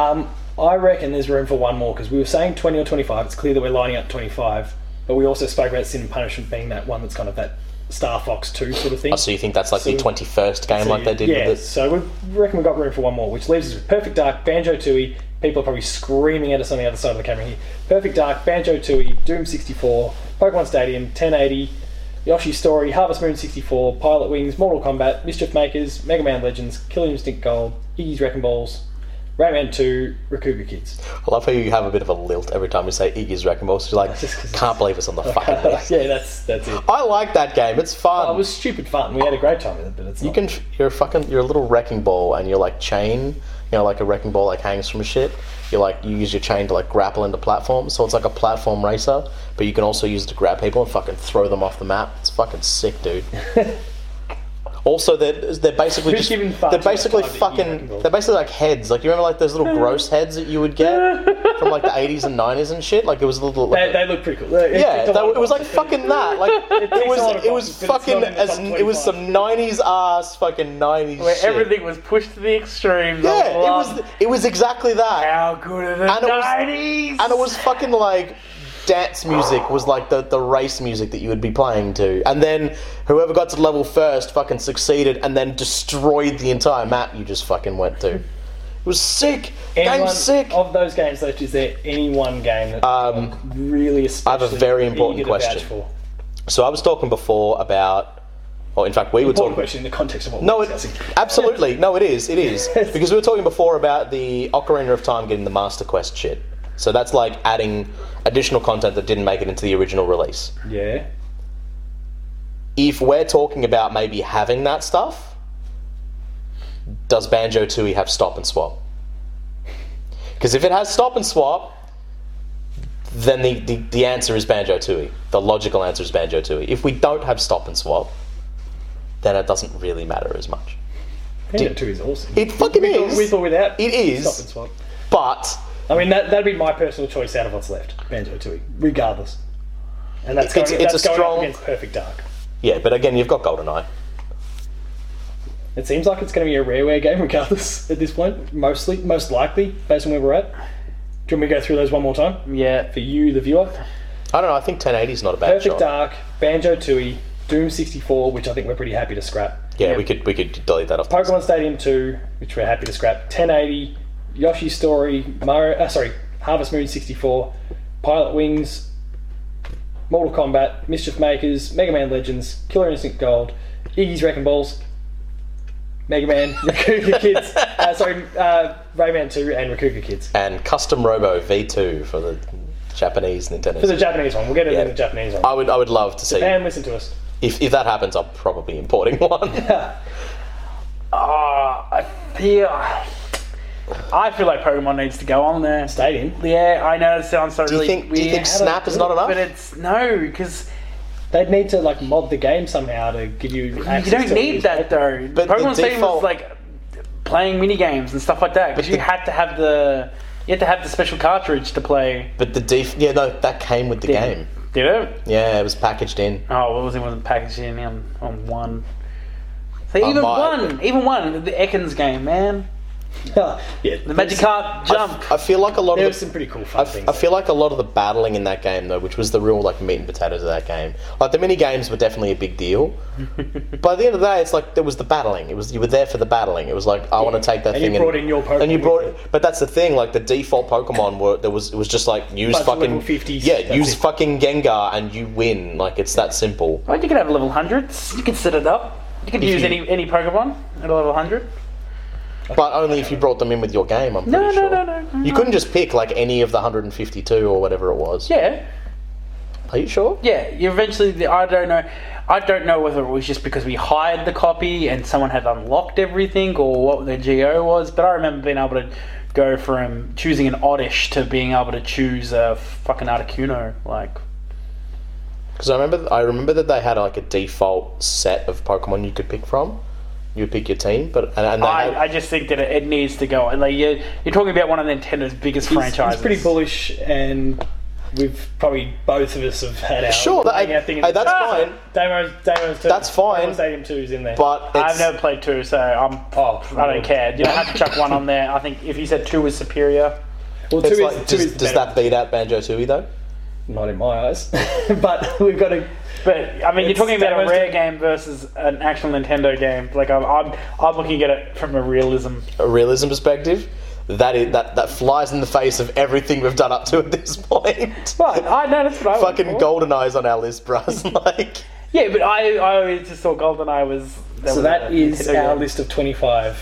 Um, I reckon there's room for one more because we were saying 20 or 25. It's clear that we're lining up 25, but we also spoke about Sin and Punishment being that one that's kind of that Star Fox 2 sort of thing. Oh, so you think that's like the So- twenty first game, like they did yeah, with it? so we reckon we've got room for one more, which leaves us with Perfect Dark, Banjo Tooie. People are probably screaming at us on the other side of the camera here. Perfect Dark, Banjo Tooie, Doom 64, Pokemon Stadium, 1080, Yoshi's Story, Harvest Moon 64, Pilot Wings, Mortal Kombat, Mischief Makers, Mega Man Legends, Killer Instinct Gold, Iggy's Wrecking Balls, Rayman 2, Rakuga Kids. I love how you have a bit of a lilt every time you say Iggy's Wrecking Balls. You're like, just 'cause it's- can't believe it's on the fucking list. yeah, that's that's it. I like that game. It's fun. It was stupid fun. We had a great time with it, but it's You can. You're a fucking. You're a little wrecking ball, and you're like chain. You know, like a wrecking ball like hangs from a shit. You like you use your chain to like grapple into platforms, so it's like a platform racer. But you can also use it to grab people and fucking throw them off the map. It's fucking sick, dude. Also, they're they're basically Who's just, giving farts they're about basically time that you fucking reckon, Bill? they're basically like heads. Like you remember like those little gross heads that you would get from like the eighties and nineties and shit. Like it was a little like, They, they look pretty cool. They- it yeah, ticked a that, lot of it was like boxes. fucking that. Like it, ticks a lot was of it was boxes, but it's not fucking in the as top it was some nineties ass fucking nineties Where shit. everything was pushed to the extremes. yeah, I it love was it was exactly that. How good are the And it was- 90s? And it was fucking like dance music was like the, the race music that you would be playing to. And then whoever got to level first fucking succeeded and then destroyed the entire map you just fucking went to. It was sick. Anyone- Game's sick. Of those games, though, is there any one game that Um, really? have a especially very important eager to vouch question. For? so I was talking before about or in fact we were Important talking question in the context of what No, we're it, discussing. absolutely. No, it is. It is. Because we were talking before about the Ocarina of Time getting the Master Quest shit. So that's like adding additional content that didn't make it into the original release. Yeah. If we're talking about maybe having that stuff, does Banjo Tooie have stop and swap? Because if it has stop and swap, then the, the, the answer is Banjo Tooie. The logical answer is Banjo Tooie. If we don't have stop and swap, then it doesn't really matter as much. Panda Two is awesome. It fucking with, is. Or, with or without. It is. Stop and swap. but I mean, that, that'd be my personal choice out of what's left. Banjo Tooie, regardless. And that's going, It's- it's that's a going strong- up against Perfect Dark. yeah, but again, you've got Goldeneye. It seems like it's going to be a rareware game, regardless. At this point, mostly, most likely, based on where we're at. Do you want me to go through those one more time yeah. for you, the viewer? I don't know. I think 1080 is not a bad Perfect shot. Dark, Banjo Tooie, Doom 64, which I think we're pretty happy to scrap. Yeah, we could we could delete that off. the list. Pokemon Stadium 2, which we're happy to scrap. 1080, Yoshi's Story, Mario, uh, sorry, Harvest Moon 64, Pilot Wings, Mortal Kombat, Mischief Makers, Mega Man Legends, Killer Instinct Gold, Iggy's Wrecking Balls, Mega Man, Rakuga Kids, uh, sorry, uh, Rayman 2, and Rakuga Kids. and custom Robo V2 for the Japanese Nintendo. For the Japanese one, we'll get it Yeah. in the Japanese one. I would I would love to see and listen to us. if, if that happens. I'm probably importing one. Ah, I feel. I feel like Pokemon needs to go on there. Stadium. Yeah, I know it sounds so do you really think weird, Do you think how Snap do I is do not enough? but it's no because They'd need to like mod the game somehow to give you. you Access don't to need that though. But the Pokemon Stadium default- was like playing mini games and stuff like that because you the- had to have the you had to have the special cartridge to play. But the def- yeah no that came with the game. Did it? Yeah, it was packaged in. Oh, what was it? Wasn't packaged in on, on one. So might- even one, even one, the Ekans game, man, yeah, the Magikarp jump. I feel like a lot Um, There of was the, some pretty cool fun I, things. I feel like a lot of the battling in that game though, which was the real like meat and potatoes of that game. Like the mini games were definitely a big deal. By the end of the day, it's like there was the battling. It was you were there for the battling. It was like I want to take that And you thing. brought in your Pokemon And you with brought, you. but that's the thing. Like the default Pokemon were there was it was just like use Bunch of fucking level 50s, yeah, that's use it. fucking Gengar and you win. Like it's that simple. Well, you could have level hundreds. You could set it up. You could use you- any any Pokemon at a level hundred. But only if you brought them in with your game. I'm pretty No, no, sure. no, no, no. You couldn't just pick like any of the 152 or whatever it was. Yeah, Are you sure? yeah. You eventually, the, I don't know. I don't know whether it was just because we hired the copy and someone had unlocked everything, or what the GO was. But I remember being able to go from choosing an Oddish to being able to choose a fucking Articuno. Like, Because I remember, I remember that they had like a default set of Pokemon you could pick from. You would pick your team, but and, and they had, I, I just think that it, it needs to go. on. Like, you're, you're talking about one of Nintendo's biggest franchises. He's pretty bullish, and we've probably both of us have had our Sure, that- our hey, at the that's time. fine. Damo's, Damo's two. That's fine. Damo's Stadium Two is in there. but it's, I've never played two, so I'm. oh, I don't care. You don't have to chuck one on there. I think if you said two was superior, Well, two it's is, like, two does, is does better. that beat out Banjo Tooie though? not in my eyes, but we've got to. But I It's- mean, you're talking that about a was rare the- game versus an actual Nintendo game. Like I'm, I'm, I'm looking at it from a realism. A realism perspective, that is that that flies in the face of everything we've done up to at this point. But I know that's what I went Fucking for. golden eyes on our list, bros. like, Yeah, but I, I always just thought Goldeneye was. So was that a is Nintendo our game. list of twenty-five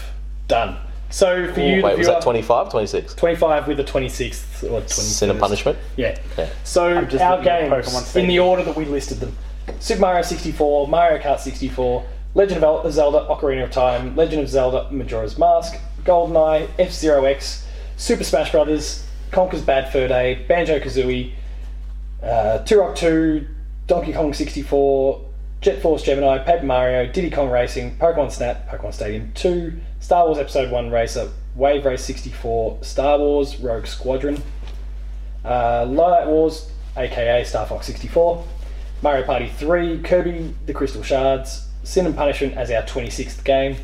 done. So for you, the wait, was viewer, that 25, 26? twenty-five with the twenty-sixth or Sin and twenty-sixth? punishment. Yeah. Yeah. So just our looking at Pokemon games in Stadium. the order that we listed them: Super Mario 64, Mario Kart 64, Legend of El- Zelda: Ocarina of Time, Legend of Zelda: Majora's Mask, GoldenEye, F Zero X, Super Smash Brothers, Conker's Bad Fur Day, Banjo Kazooie, uh, Turok 2, Donkey Kong 64, Jet Force Gemini, Paper Mario, Diddy Kong Racing, Pokemon Snap, Pokemon Stadium 2, Star Wars Episode 1 Racer, Wave Race 64, Star Wars Rogue Squadron, uh, Light Wars, aka Star Fox 64, Mario Party 3, Kirby the Crystal Shards, Sin and Punishment as our 26th game,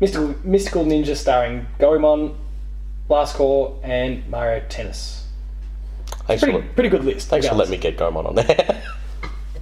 Mystical, Mystical Ninja starring Goemon, Blast Core, and Mario Tennis. Thanks, for, Pretty, pretty good list. thanks for regardless. letting me get Gomon on there.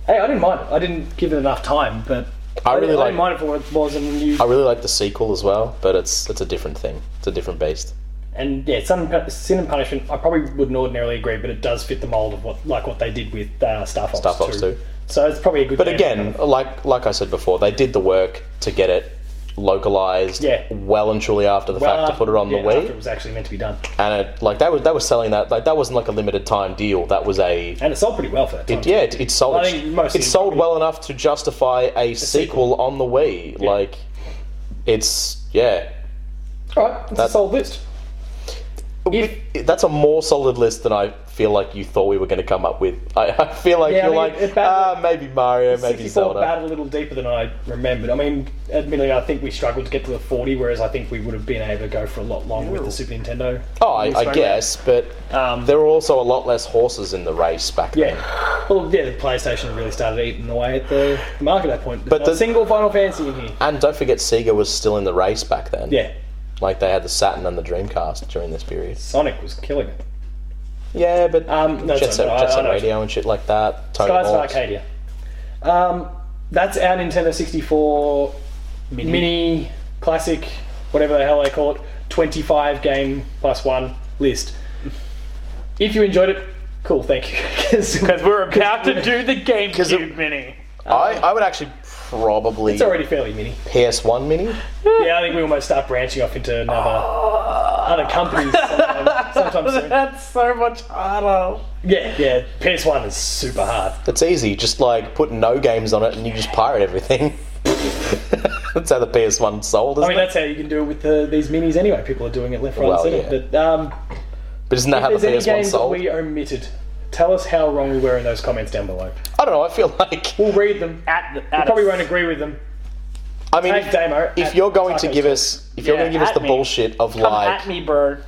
Hey, I didn't mind it. I didn't give it enough time, but I really didn't- I like. didn't mind it for what it was, and you I really like the sequel as well, but it's it's a different thing. It's a different beast. and yeah, Sin and, Pu- Sin and Punishment. I probably wouldn't ordinarily agree, but it does fit the mold of what like what they did with uh, Star Fox. Star Fox 2. So it's probably a good. But again, like like I said before, they did the work to get it localized Yeah. uh, well and truly after the fact to put it on the After it Wii, was actually meant to be done, and it, like that was that was selling that like that wasn't like a limited time deal. That was a and it sold pretty well for that. Time. yeah, it, it sold I think mostly- it sold well enough to justify a, sequel. on the Wii. Like it's yeah, All right, it's a That- sold list. If- that's a more solid list than I feel like you thought we were going to come up with. I, I feel like Yeah, I you're mean, it like battled- ah maybe Mario, maybe 64 Zelda. batted a little deeper than I remembered. I mean, admittedly, I think we struggled to get to the 40, whereas I think we would have been able to go for a lot longer with the Super Nintendo. Oh, I, I Straight guess, but Um, there were also a lot less horses in the race back then. Yeah. Well, yeah, the PlayStation really started eating away at the, the market at that point. There's But not a the- single Final Fantasy in here. And don't forget, Sega was still in the race back then. Yeah. Like they had the Saturn and the Dreamcast during this period. Sonic was killing it. Yeah, but Um, no, Jet sorry, Set, I- Jet I Set know. Radio and shit like that. Tony Skies of Hawk's. Arcadia. Um, that's our Nintendo 64 Mini, Classic, whatever the hell they call it, 25 game plus one list. If you enjoyed it, cool, thank you. Because we're about to do the GameCube it- Mini. I, I would actually probably It's already fairly mini. PS1 Mini. Yeah, I think we almost start branching off into another Ah. other companies sometime, sometime soon. That's so much harder. Yeah, yeah. PS1 is super hard. It's easy. Just like put no games on it and you just pirate everything. That's how the PS1 sold, isn't I mean, it? that's how you can do it with the, these minis anyway. People are doing it left, right, Well, and yeah. centre. But um, But isn't that how if the there's any PS1 games that sold? we omitted, tell us how wrong we were in those comments down below. I don't know. I feel like We'll read them. At the, we at probably a- won't agree with them. I mean, Take if- demo. if at you're going to Taco give Shop. us, if you're Yeah, going to give us at the me. bullshit of Come like, at me, bird. if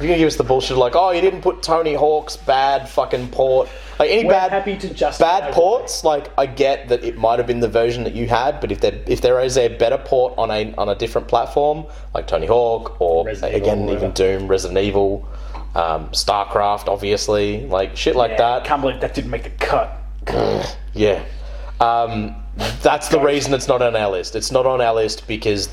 you're going to give us the bullshit of like, oh, you didn't put Tony Hawk's bad fucking port, like any we're bad happy to just bad ports, like I get that it might have been the version that you had, but if there if there is a better port on a on a different platform, like Tony Hawk or Resident again Evil, even Doom, Resident Evil, um, StarCraft, obviously, like shit like Yeah, that, can't believe that didn't make the cut. yeah. Um, that's the reason it's not on our list. It's not on our list because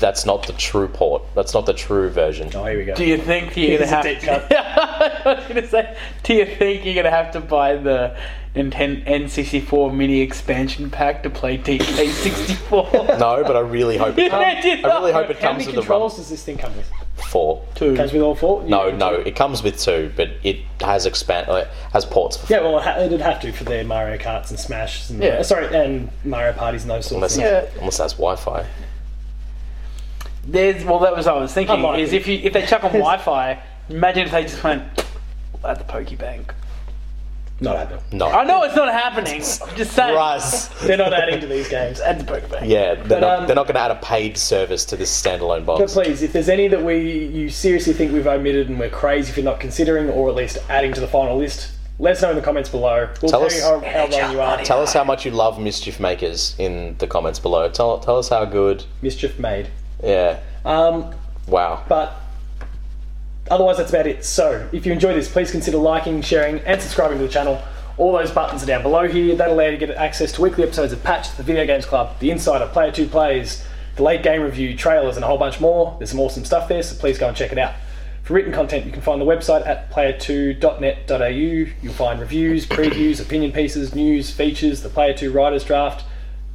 that's not the true port. That's not the true version. Oh, here we go. Do you think you're gonna It's a have? deep cut. I was gonna say, do you think you're gonna have to buy the Nintendo N64 Mini expansion pack to play DK64? No, but I really hope it comes. I really hope it how many comes with the run controls does this thing come with? four. Comes with all four? No, no, it comes with two, but it has expand uh, has ports for Yeah, well, it ha- it'd have to for their Mario Karts and Smash. And, Yeah. Sorry, and Mario Parties and those sorts unless of things. it, unless that's Wi-Fi. There's well, that was what I was thinking. Unlikely. Is if you if they chuck on Wi-Fi, imagine if they just went at the Pokebank. Not happening. No, I know it's not happening. I'm just saying. Russ. They're not adding to these games. At the Pokebank. Yeah, they're not, um, they're not going to add a paid service to this standalone But box. please, if there's any that we you seriously think we've omitted and we're crazy for not considering, or at least adding to the final list, let us know in the comments below. We'll Tell tell, us- you how, how wrong you are. Tell us how much you love mischief makers in the comments below. Tell tell us how good. Mischief made. Yeah. Um, Wow. but otherwise, that's about it. So, if you enjoy this, please consider liking, sharing, and subscribing to the channel. All those buttons are down below here. That'll allow you to get access to weekly episodes of Patch, the Video Games Club, The Insider, Player 2 Plays, the late game review, trailers, and a whole bunch more. There's some awesome stuff there, so please go and check it out. For written content, you can find the website at player2.net.au. You'll find reviews, previews, opinion pieces, news, features, the Player 2 Writers Draft,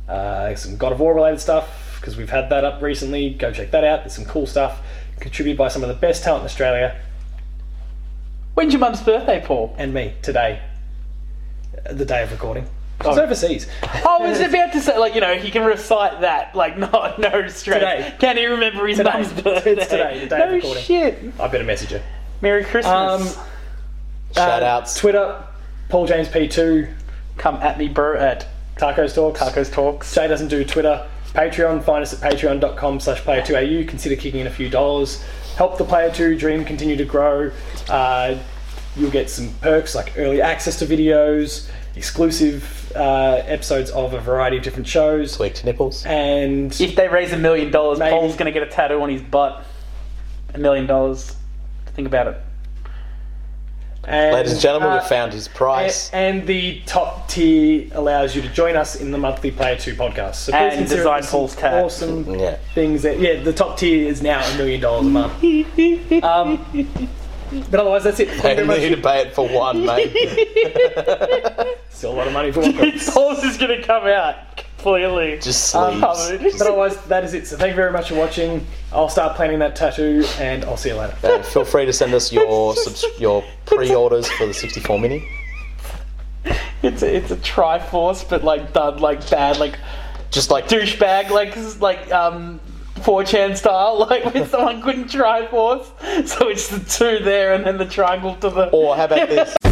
uh, some God of War related stuff because we've had that up recently. Go check that out. There's some cool stuff contributed by some of the best talent in Australia When's your mum's birthday, Paul? and me today, uh, the day of recording. I was overseas. I was Oh, about to say, like, you know, he can recite that, like, no, no straight. Today. Can he remember his Today. mum's It's birthday? today, the day no of recording. shit. I better message her. Merry Christmas. Um, Shout outs. Twitter, Paul James P2. Come at me, bro, at Tacos Talks. Tacos Talks. Jay doesn't do Twitter. Patreon, find us at patreon.com slash player2au. Consider kicking in a few dollars. Help the Player2 dream continue to grow. Uh, you'll get some perks like early access to videos, exclusive uh, episodes of a variety of different shows, Click to nipples. Uh, and If they raise a million dollars, Maybe. Paul's gonna get a tattoo on his butt. A million dollars. Think about it. and Ladies and gentlemen, uh, we've found his price. And the top tier allows you to join us in the monthly Player 2 podcast. So please And consider design it some Paul's tab. Awesome Yeah. things that, yeah, the top tier is now a million dollars a month. Um, but otherwise, that's it. Thank you They very much. need to pay it for one, mate. Still a lot of money for one person. Paul's is gonna come out completely. Just uncovered. sleeves. But otherwise, that is it. So thank you very much for watching. I'll start planning that tattoo, and I'll see you later. Uh, feel free to send us your subs- your pre-orders for the 64 mini. It's a, it's a Triforce, but like done like bad, like Just like douchebag, like s- like um. 4chan style, like when someone couldn't Triforce, so it's the two there and then the triangle to the. Or how about this?